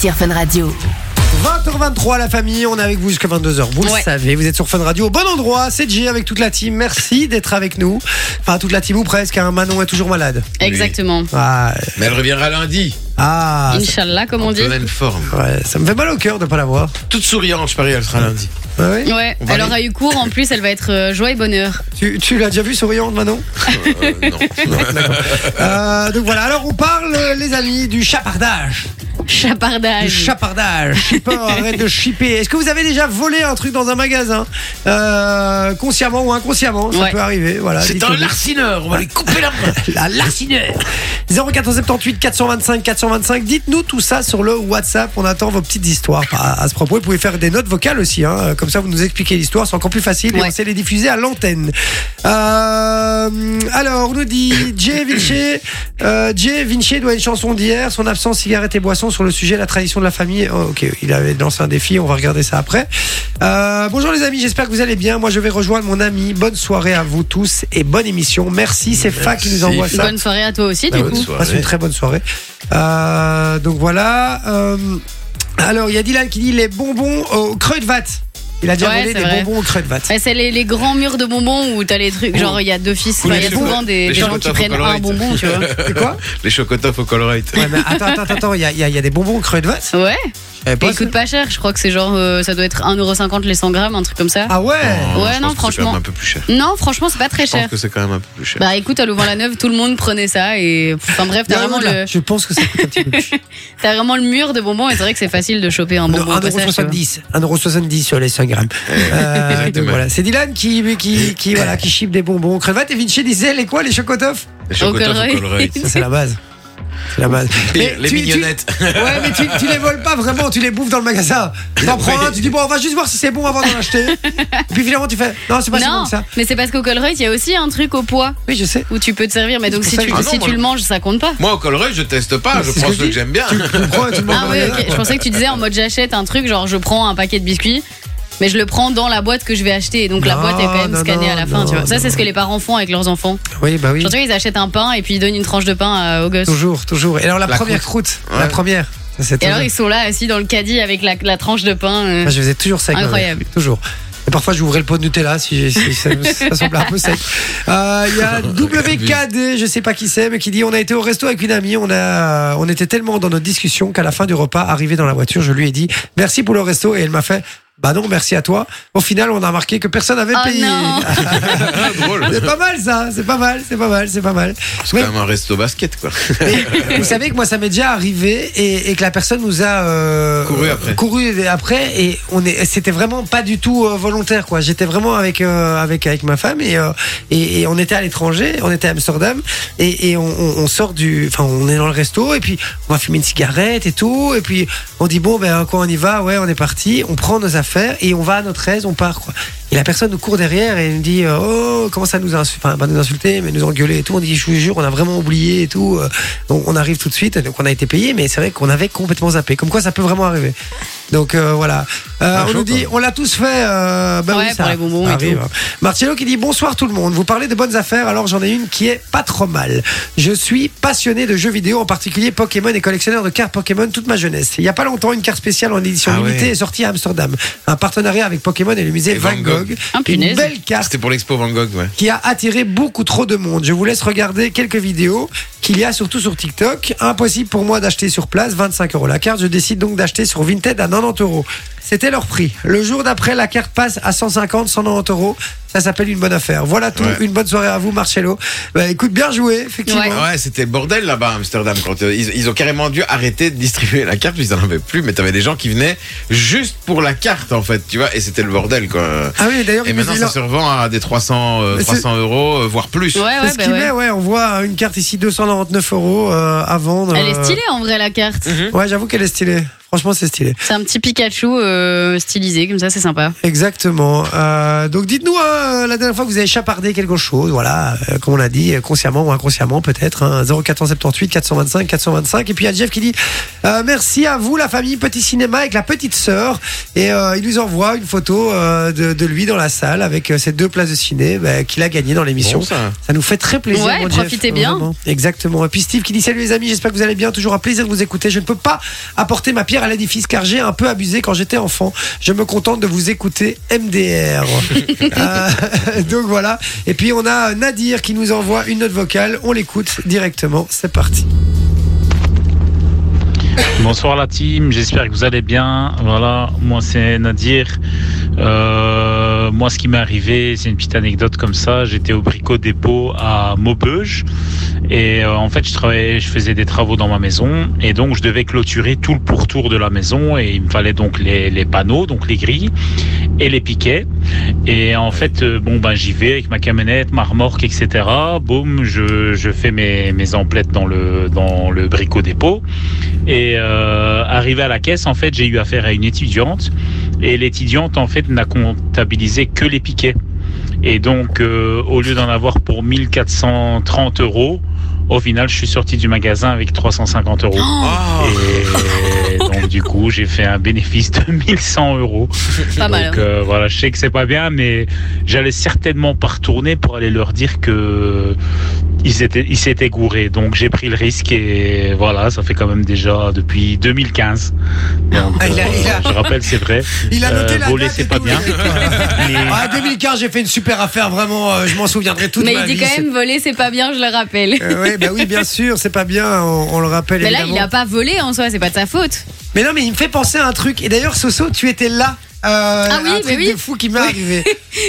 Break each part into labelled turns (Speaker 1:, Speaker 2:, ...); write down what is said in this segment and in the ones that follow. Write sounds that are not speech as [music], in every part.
Speaker 1: sur Fun Radio.
Speaker 2: 20h23 la famille, on est avec vous jusqu'à 22h. Vous
Speaker 1: Ouais.
Speaker 2: le savez, vous êtes sur Fun Radio, au bon endroit, c'est Jay avec toute la team. Merci d'être avec nous. Enfin toute la team ou presque, hein, Manon est toujours malade.
Speaker 3: Exactement.
Speaker 2: Ah,
Speaker 4: Mais elle reviendra lundi.
Speaker 2: ah,
Speaker 3: Inch'Allah, comme on dit.
Speaker 4: Pleine forme.
Speaker 2: ça- ouais, ça me fait mal au cœur de pas la voir.
Speaker 4: Toute souriante, je parie, elle sera lundi.
Speaker 2: Ah oui
Speaker 3: Ouais,
Speaker 4: On va
Speaker 3: elle
Speaker 4: aller.
Speaker 3: aura eu cours en plus, elle va être euh, joie et bonheur.
Speaker 2: Tu, tu l'as déjà vue souriante Manon [laughs]
Speaker 4: Euh, non.
Speaker 2: Euh, Donc voilà, alors on parle euh, les amis du chapardage. Du
Speaker 3: Chapardage.
Speaker 2: chapardage. Shipper, arrête de shipper. Est-ce que vous avez déjà volé un truc dans un magasin Euh, Consciemment ou inconsciemment, ça
Speaker 3: Ouais.
Speaker 2: peut arriver. Voilà,
Speaker 4: C'est un
Speaker 2: dites-le-nous.
Speaker 4: larcineur, on va lui couper la main.
Speaker 2: Ah, [laughs] La larcineur 0478 425 425 Dites-nous tout ça sur le WhatsApp On attend vos petites histoires Bah, à, à ce propos Vous pouvez faire des notes vocales aussi hein. Comme ça vous nous expliquez l'histoire C'est encore plus facile et
Speaker 3: Ouais.
Speaker 2: on sait les diffuser à l'antenne Euh, Alors on nous dit Jay Vinci euh, Jay Vinci doit une chanson d'hier Son absence cigarette et boissons sur le sujet La tradition de la famille Oh, Ok il avait lancé un défi On va regarder ça après euh, bonjour les amis, j'espère que vous allez bien. Moi, je vais rejoindre mon ami. Bonne soirée à vous tous et bonne émission. Merci, c'est Fa qui nous
Speaker 4: Merci.
Speaker 2: envoie ça.
Speaker 3: Bonne soirée à toi
Speaker 2: Bah
Speaker 3: aussi, du
Speaker 4: Bonne
Speaker 3: coup.
Speaker 4: soirée.
Speaker 2: Passe une très bonne soirée. Euh, donc voilà. euh, alors, il y a Dylan qui dit les bonbons au creux de vatte. Il a déjà
Speaker 3: Ouais,
Speaker 2: volé
Speaker 3: c'est
Speaker 2: des
Speaker 3: vrai.
Speaker 2: bonbons au creux de vatte.
Speaker 3: Ouais, c'est les, les grands murs de bonbons où t'as les trucs, genre il y a deux fils,
Speaker 4: Ou
Speaker 3: enfin, il
Speaker 4: les
Speaker 3: y a
Speaker 4: choco-
Speaker 3: souvent des,
Speaker 4: les
Speaker 3: des gens qui
Speaker 4: chocotoffes
Speaker 3: prennent
Speaker 4: au
Speaker 3: un
Speaker 4: Colorado.
Speaker 3: bonbon, tu vois.
Speaker 2: [laughs] C'est quoi
Speaker 4: Les chocotoffs au Colorite.
Speaker 2: Ouais, mais Attends, attends, attends, il y a, il y a- il y a des bonbons au creux de vatte
Speaker 3: Ouais,
Speaker 2: Je savais
Speaker 3: et
Speaker 2: pas
Speaker 3: ils
Speaker 2: ça.
Speaker 3: coûtent pas cher, je crois que c'est genre, euh, ça doit être 1,50€ les 100 grammes, un truc comme ça.
Speaker 2: Ah ouais
Speaker 3: Ouais, non,
Speaker 4: je pense que c'est quand
Speaker 3: franchement.
Speaker 4: même un peu plus cher.
Speaker 3: Non, franchement, c'est pas très
Speaker 4: Je pense
Speaker 3: cher.
Speaker 4: que c'est quand même un peu plus cher.
Speaker 3: Bah écoute, à Louvain-la-Neuve, tout le monde prenait ça et. Enfin bref, t'as
Speaker 2: Non,
Speaker 3: vraiment,
Speaker 2: non, là,
Speaker 3: le...
Speaker 2: Je pense que ça coûte un petit peu plus.
Speaker 3: t'as vraiment le mur de bonbons et c'est vrai que c'est facile de choper un bonbon au passage. tu vois.
Speaker 2: 1,70€. 1,70€ sur les 5 grammes. Euh, donc
Speaker 4: Exactement.
Speaker 2: voilà. C'est Dylan qui, qui, qui, voilà, qui chipe des bonbons aux crevettes. Et Vinci disait les quoi, les chocotoffs
Speaker 4: Les chocotoffs au
Speaker 3: Colorite.
Speaker 4: Colorite.
Speaker 2: Ça, c'est la base. C'est la base.
Speaker 4: Pire, les
Speaker 2: tu- tu-
Speaker 4: mignonnettes.
Speaker 2: Ouais, mais tu, tu les voles pas vraiment, tu les bouffes dans le magasin. T'en prends un, tu dis bon, on va juste voir si c'est bon avant d'en acheter. Puis finalement, tu fais non, c'est pas si bon
Speaker 3: non,
Speaker 2: que ça.
Speaker 3: mais c'est parce qu'au Colruyt, il y a aussi un truc au poids
Speaker 2: Oui, je sais.
Speaker 3: où tu peux te servir, mais donc
Speaker 2: C'est
Speaker 3: si
Speaker 2: pour ça
Speaker 3: tu,
Speaker 2: que-
Speaker 4: Ah
Speaker 3: si
Speaker 4: non,
Speaker 3: tu
Speaker 4: moi-
Speaker 3: le manges, ça compte pas.
Speaker 4: Moi, au Colorite, je teste pas. Je
Speaker 2: C'est ce
Speaker 4: prends
Speaker 2: que je
Speaker 4: ceux que
Speaker 2: dis.
Speaker 4: j'aime bien.
Speaker 2: Tu, tu le prends et tu le manges
Speaker 3: Ah
Speaker 2: dans
Speaker 3: oui,
Speaker 2: le magasin,
Speaker 3: ok. Je
Speaker 2: quoi.
Speaker 3: pensais que tu disais en mode j'achète un truc, genre je prends un paquet de biscuits, mais je le prends dans la boîte que je vais acheter. Et donc la
Speaker 2: Non,
Speaker 3: boîte est quand même
Speaker 2: non,
Speaker 3: scannée à la
Speaker 2: non,
Speaker 3: fin, tu
Speaker 2: non,
Speaker 3: vois. Ça, c'est
Speaker 2: non.
Speaker 3: ce que les parents font avec leurs enfants.
Speaker 2: Oui, bah oui.
Speaker 3: Genre, tu vois, ils achètent un pain et puis ils donnent une tranche de pain euh, aux gosses.
Speaker 2: Toujours, toujours. Et alors, la,
Speaker 4: La
Speaker 2: première croûte, la
Speaker 4: Ouais.
Speaker 2: première. Ça, c'est
Speaker 3: Et alors,
Speaker 2: toujours-
Speaker 3: ils sont là assis dans le caddie avec la, la tranche de pain. euh.
Speaker 2: Moi, je faisais toujours sec.
Speaker 3: Incroyable.
Speaker 2: Toujours. Et parfois, j'ouvrais le pot de Nutella si, si
Speaker 3: [laughs]
Speaker 2: ça, ça semblait un peu sec. Euh, Il y a WKD, je sais pas qui c'est, mais qui dit on a été au resto avec une amie, on, a, on était tellement dans notre discussion qu'à la fin du repas, arrivé dans la voiture, je lui ai dit merci pour le resto et elle m'a fait bah non, merci à toi. Au final, on a remarqué que personne n'avait
Speaker 3: Oh
Speaker 2: payé.
Speaker 3: non.
Speaker 4: [laughs] Ah, drôle.
Speaker 2: [laughs] C'est pas mal ça, c'est pas mal, c'est pas mal, c'est pas mal.
Speaker 4: C'est quand même un resto basket, quoi.
Speaker 2: Mais vous savez que moi ça m'est déjà arrivé et, et que la personne nous a euh,
Speaker 4: Couru après.
Speaker 2: couru après et on est c'était vraiment pas du tout euh, volontaire quoi. J'étais vraiment avec euh, avec avec ma femme et euh, et, et on était à l'étranger, on était à Amsterdam et, et on, on- on sort du enfin on est dans le resto et puis on va fumer une cigarette et tout et puis on dit bon ben quoi on y va ouais on est parti, on prend nos affaires et on va à notre aise, on part quoi. Et la personne nous court derrière et nous dit euh, Oh, comment ça nous insulte Enfin, pas nous insulter, mais nous engueuler et tout. On dit Je vous jure, on a vraiment oublié et tout. Euh, Donc, on arrive tout de suite. Donc, on a été payé, mais c'est vrai qu'on avait complètement zappé. Comme quoi, ça peut vraiment arriver. Donc, euh, voilà. Euh,
Speaker 4: Ah,
Speaker 2: on
Speaker 4: chaud,
Speaker 2: nous dit On l'a tous fait. Euh, bah
Speaker 3: Ouais,
Speaker 2: oui, ça,
Speaker 3: pour les bonbons
Speaker 2: ça
Speaker 3: et
Speaker 2: arrive. Marcello qui dit Bonsoir tout le monde. Vous parlez de bonnes affaires, alors j'en ai une qui est pas trop mal. Je suis passionné de jeux vidéo, en particulier Pokémon et collectionneur de cartes Pokémon toute ma jeunesse. Il y a pas longtemps, une carte spéciale en édition
Speaker 4: Ah ouais.
Speaker 2: limitée est sortie à Amsterdam. Un partenariat avec Pokémon et le musée
Speaker 4: Et
Speaker 2: Van
Speaker 4: Van
Speaker 2: Gogh.
Speaker 4: Gogh.
Speaker 3: Ah,
Speaker 2: une
Speaker 3: punaise.
Speaker 2: belle carte
Speaker 4: C'était pour l'expo Van Gogh, ouais.
Speaker 2: qui a attiré beaucoup trop de monde. Je vous laisse regarder quelques vidéos qu'il y a surtout sur TikTok. Impossible pour moi d'acheter sur place 25 euros la carte. Je décide donc d'acheter sur Vinted à 90 euros. C'était leur prix. Le jour d'après, la carte passe à 150, 190 euros. Ça s'appelle une bonne affaire. Voilà tout.
Speaker 4: Ouais.
Speaker 2: Une bonne soirée à vous, Marcello. Bah, écoute, bien joué, effectivement.
Speaker 3: Ouais.
Speaker 4: Ouais, c'était le bordel là-bas à Amsterdam. Quand euh, ils, ils ont carrément dû arrêter de distribuer la carte, ils en avaient plus. Mais t'avais des gens qui venaient juste pour la carte, en fait, tu vois. Et c'était le bordel, quoi.
Speaker 2: Ah oui, d'ailleurs,
Speaker 4: Et
Speaker 2: il
Speaker 4: maintenant,
Speaker 2: nous dit
Speaker 4: ça
Speaker 2: leur-
Speaker 4: se revend à des 300, euh,
Speaker 2: Mais c'est-
Speaker 4: 300 euros, euh, voire plus.
Speaker 3: Ouais,
Speaker 2: C'est
Speaker 3: ouais,
Speaker 2: ce
Speaker 3: bah
Speaker 2: qu'il met,
Speaker 3: ouais.
Speaker 2: ouais, on voit hein, une carte ici 299 euros euh, à vendre.
Speaker 3: Elle est
Speaker 2: Euh,
Speaker 3: stylée Mmh. en vrai, la carte.
Speaker 2: Mhm. Ouais, j'avoue qu'elle est stylée. Franchement, c'est stylé.
Speaker 3: C'est un petit Pikachu euh, euh, stylisé, comme ça, c'est sympa.
Speaker 2: Exactement. Euh, donc dites-nous hein, la dernière fois que vous avez chapardé quelque chose, voilà, euh, comme on l'a dit, euh, consciemment ou inconsciemment peut-être, hein, 0478 425 425. Et puis il y a Jeff qui dit euh, merci à vous la famille Petit Cinéma avec la petite sœur et euh, il nous envoie une photo euh, de, de lui dans la salle avec euh, ses deux places de ciné bah, qu'il a gagné dans l'émission.
Speaker 4: Bon, ça.
Speaker 2: Ça nous fait très plaisir.
Speaker 3: Ouais,
Speaker 2: mon
Speaker 3: profitez
Speaker 2: Jeff,
Speaker 3: bien.
Speaker 2: vraiment. Exactement. Et puis Steve qui dit Salut les amis, j'espère que vous allez bien. Toujours un plaisir de vous écouter. Je ne peux pas apporter ma pierre à l'édifice car j'ai un peu abusé quand j'étais enfant. Je me contente de vous écouter
Speaker 3: [laughs]
Speaker 2: MDR. Euh, donc voilà. Et puis on a Nadir qui nous envoie une note vocale. On l'écoute directement. C'est parti.
Speaker 1: Bonsoir la team, j'espère que vous allez bien. Voilà, moi c'est Nadir. Euh, moi ce qui m'est arrivé, c'est une petite anecdote comme ça. J'étais au Brico Dépôt à Maubeuge et euh, en fait je travaillais, je faisais des travaux dans ma maison et donc je devais clôturer tout le pourtour de la maison et il me fallait donc les, les panneaux, donc les grilles et les piquets. Et en fait, euh, bon ben j'y vais avec ma camionnette, ma remorque, etc. Boum, je, je fais mes, mes emplettes dans le dans le Brico Dépôt. Et euh, arrivé à la caisse, en fait, j'ai eu affaire à une étudiante. Et l'étudiante, en fait, n'a comptabilisé que les piquets. Et donc, euh, au lieu d'en avoir pour 1430 euros, au final, je suis sorti du magasin avec 350 euros.
Speaker 4: Oh.
Speaker 1: Et donc, du coup, j'ai fait un bénéfice de 1100 euros.
Speaker 3: Pas mal. hein.
Speaker 1: Donc, euh, voilà, je sais que c'est pas bien, mais j'allais certainement pas retourner pour aller leur dire que ils étaient, ils s'étaient gourés. Donc, j'ai pris le risque et voilà, ça fait quand même déjà depuis 2015. Donc,
Speaker 2: Ah, il a-
Speaker 1: euh,
Speaker 2: il a-
Speaker 1: je rappelle, c'est vrai.
Speaker 2: Il a noté
Speaker 1: Euh,
Speaker 2: la
Speaker 1: voler,
Speaker 2: date
Speaker 1: c'est
Speaker 2: et
Speaker 1: pas
Speaker 2: tout.
Speaker 1: bien. Mais-
Speaker 2: [laughs] Ah, 2015, j'ai fait une super affaire. Vraiment, euh, je m'en souviendrai toute
Speaker 3: Mais
Speaker 2: ma
Speaker 3: il dit
Speaker 2: vie.
Speaker 3: quand même voler, c'est pas bien, je le rappelle.
Speaker 2: C'est- Euh, ouais, bah oui, bien sûr, c'est pas bien, on, on le rappelle.
Speaker 3: Mais là,
Speaker 2: évidemment.
Speaker 3: il a pas volé en soi, c'est pas de sa
Speaker 2: [laughs]
Speaker 3: faute.
Speaker 2: Mais non, mais il me fait penser à un truc. Et d'ailleurs, Soso, tu étais là. Euh,
Speaker 3: Ah oui,
Speaker 2: un
Speaker 3: mais
Speaker 2: truc
Speaker 3: oui.
Speaker 2: de fou qui m'est
Speaker 3: [laughs]
Speaker 2: arrivé.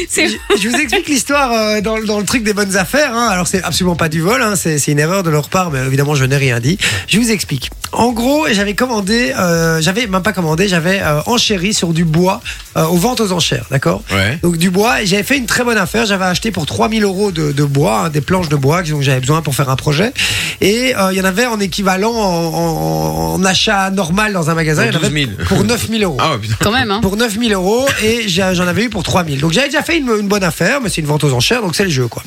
Speaker 3: C'est
Speaker 2: Je- Je vous explique l'histoire euh, dans, le- dans le truc des bonnes affaires. hein. Alors c'est absolument pas du vol, hein. c'est c'est une erreur de leur part, mais évidemment je n'ai rien dit. Je vous explique. En gros, j'avais commandé, euh, j'avais même pas commandé, j'avais euh, enchéri sur du bois euh, aux ventes aux enchères, d'accord
Speaker 4: Ouais.
Speaker 2: donc du bois, et j'avais fait une très bonne affaire. J'avais acheté pour 3000 euros de, de bois, hein, des planches de bois que j'avais besoin pour faire un projet. Et euh, il y en avait en équivalent en, en- en achat normal dans un magasin.
Speaker 4: Pour
Speaker 2: il y en avait
Speaker 4: 12 000.
Speaker 2: pour 9000 euros.
Speaker 4: Ah ouais, putain.
Speaker 3: quand même, hein.
Speaker 2: Pour 9000 euros et j'ai- j'en avais eu pour 3000. Donc j'avais déjà fait une, une bonne affaire, mais c'est une vente aux enchères, donc c'est le jeu quoi.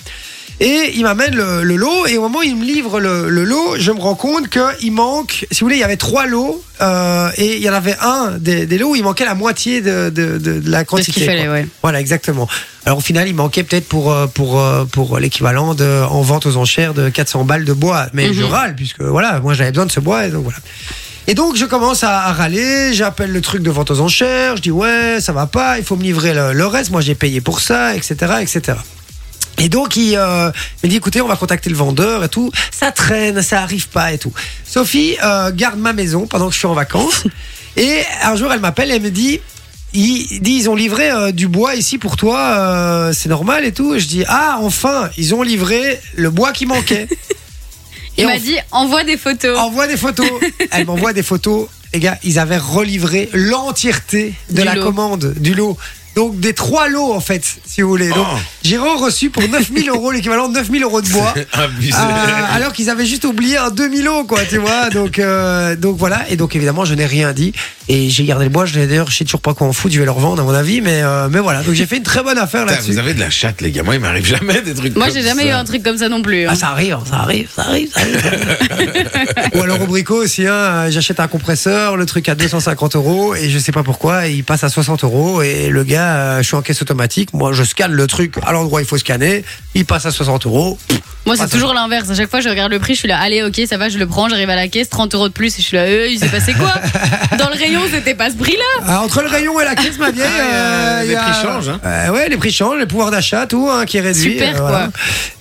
Speaker 2: Et il m'amène le, le lot et au moment où il me livre le, le lot, je me rends compte qu'il manque, si vous voulez, il y avait trois lots euh, et il y en avait un des, des lots où il manquait la moitié de, de- de- de la
Speaker 3: C'est ce
Speaker 2: quantité.
Speaker 3: qu'il
Speaker 2: quoi.
Speaker 3: fallait, ouais.
Speaker 2: Voilà, exactement. Alors au final, il manquait peut-être pour, euh, pour, euh, pour l'équivalent de, en vente aux enchères de 400 balles de bois. Mais je
Speaker 3: Mhm.
Speaker 2: râle, puisque voilà, moi j'avais besoin de ce bois, et donc voilà. Et donc je commence à, à râler, j'appelle le truc de vente aux enchères, je dis ouais, ça va pas, il faut me livrer le, le reste, moi j'ai payé pour ça, etc. etc. Et donc il euh, me dit écoutez on va contacter le vendeur et tout ça traîne ça arrive pas et tout Sophie euh, garde ma maison pendant que je suis
Speaker 3: [laughs]
Speaker 2: en vacances et un jour elle m'appelle elle me dit ils, dit, ils ont livré euh, du bois ici pour toi euh, c'est normal et tout et je dis ah enfin ils ont livré le bois
Speaker 3: [laughs]
Speaker 2: qui manquait
Speaker 3: Il
Speaker 2: Et
Speaker 3: m'a
Speaker 2: on- Oh,
Speaker 3: dit envoie des photos.
Speaker 2: envoie
Speaker 3: [laughs]
Speaker 2: des photos elle m'envoie des photos les gars ils avaient relivré l'entièreté de
Speaker 3: Du
Speaker 2: la
Speaker 3: lot.
Speaker 2: commande du lot donc des trois lots en fait si vous voulez donc
Speaker 4: Oh.
Speaker 2: j'ai reçu pour 9000 euros [laughs] l'équivalent de 9000 euros de bois
Speaker 4: Abusé.
Speaker 2: euh, alors qu'ils avaient juste oublié un demi lot quoi tu vois donc euh, donc voilà et donc évidemment je n'ai rien dit et j'ai gardé le bois je l'ai d'ailleurs je sais toujours pas quoi en foutre je vais le revendre à mon avis mais euh, mais voilà donc j'ai fait une très bonne affaire
Speaker 4: Putain, vous
Speaker 2: là-dessus
Speaker 4: avez de la chatte, les gars. Moi, il m'arrive jamais des trucs.
Speaker 3: Moi,
Speaker 4: comme
Speaker 3: j'ai jamais
Speaker 4: ça.
Speaker 3: eu un truc comme ça non plus. hein.
Speaker 2: ah, ça arrive, ça arrive, ça arrive, ça arrive. [laughs] Ou alors au bricot aussi, hein, euh, j'achète un compresseur, le truc à 250 euros, et je sais pas pourquoi, il passe à 60 euros, et le gars, euh, je suis en caisse automatique, moi je scanne le truc à l'endroit où il faut scanner, il passe à 60 euros,
Speaker 3: Moi,
Speaker 2: Ah,
Speaker 3: c'est
Speaker 2: ça
Speaker 3: toujours l'inverse. À chaque fois, je regarde le prix, je suis là, allez, ok, ça va, je le prends, j'arrive à la caisse, 30 euros de plus, et je suis là, euh, il s'est passé
Speaker 2: [laughs]
Speaker 3: quoi Dans le rayon, c'était pas ce prix-là.
Speaker 2: Ah, entre le rayon et la caisse, ma vieille.
Speaker 4: Ah,
Speaker 2: euh,
Speaker 4: les
Speaker 2: il y a-
Speaker 4: prix changent, hein.
Speaker 2: Euh, ouais, les prix changent, le pouvoir d'achat, tout, hein, qui est réduit.
Speaker 3: Super,
Speaker 2: voilà.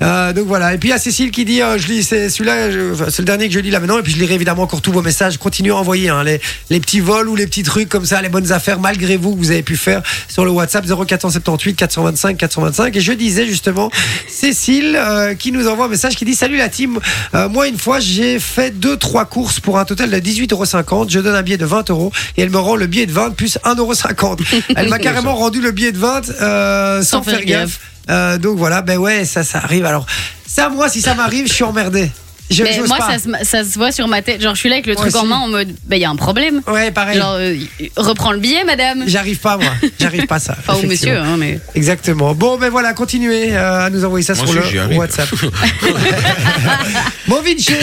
Speaker 2: Euh, donc voilà. Et puis il y a Cécile qui dit, euh, je lis, c'est celui-là, je- enfin, c'est le dernier que je lis là maintenant. Et puis je lirai évidemment encore tous vos messages. Continuez à envoyer hein, les, les petits vols ou les petits trucs comme ça, les bonnes affaires malgré vous que vous avez pu faire sur le WhatsApp 0478 425 425. Et je disais justement Cécile euh, qui nous envoie un message qui dit Salut la team, Euh, moi une fois j'ai fait deux trois courses pour un total de 18,50€. Je donne un billet de 20 euros et elle me rend le billet de 20 plus 1,50€. Elle m'a carrément rendu le billet de 20 euh, sans, faire gaffe. Euh, donc voilà, ben ouais, ça, ça arrive. Alors, ça, moi, si ça m'arrive, je suis emmerdé. Je
Speaker 3: Mais
Speaker 2: j'ose
Speaker 3: moi,
Speaker 2: pas.
Speaker 3: ça se, ça se voit sur ma tête. Genre, je suis là avec le
Speaker 2: Moi
Speaker 3: truc en
Speaker 2: aussi.
Speaker 3: main en mode, bah, il y a un problème.
Speaker 2: Ouais, pareil.
Speaker 3: Genre, euh, reprends le billet, madame.
Speaker 2: J'arrive pas, moi. J'arrive pas
Speaker 3: [laughs]
Speaker 2: à ça.
Speaker 3: Enfin, ou
Speaker 2: effectivement.
Speaker 3: monsieur, hein, mais.
Speaker 2: Exactement. Bon, ben voilà, continuez euh, à nous envoyer ça
Speaker 4: Moi
Speaker 2: sur
Speaker 4: aussi, j'y
Speaker 2: le
Speaker 4: arrive. [laughs]
Speaker 2: WhatsApp. [laughs] bon, Vinci,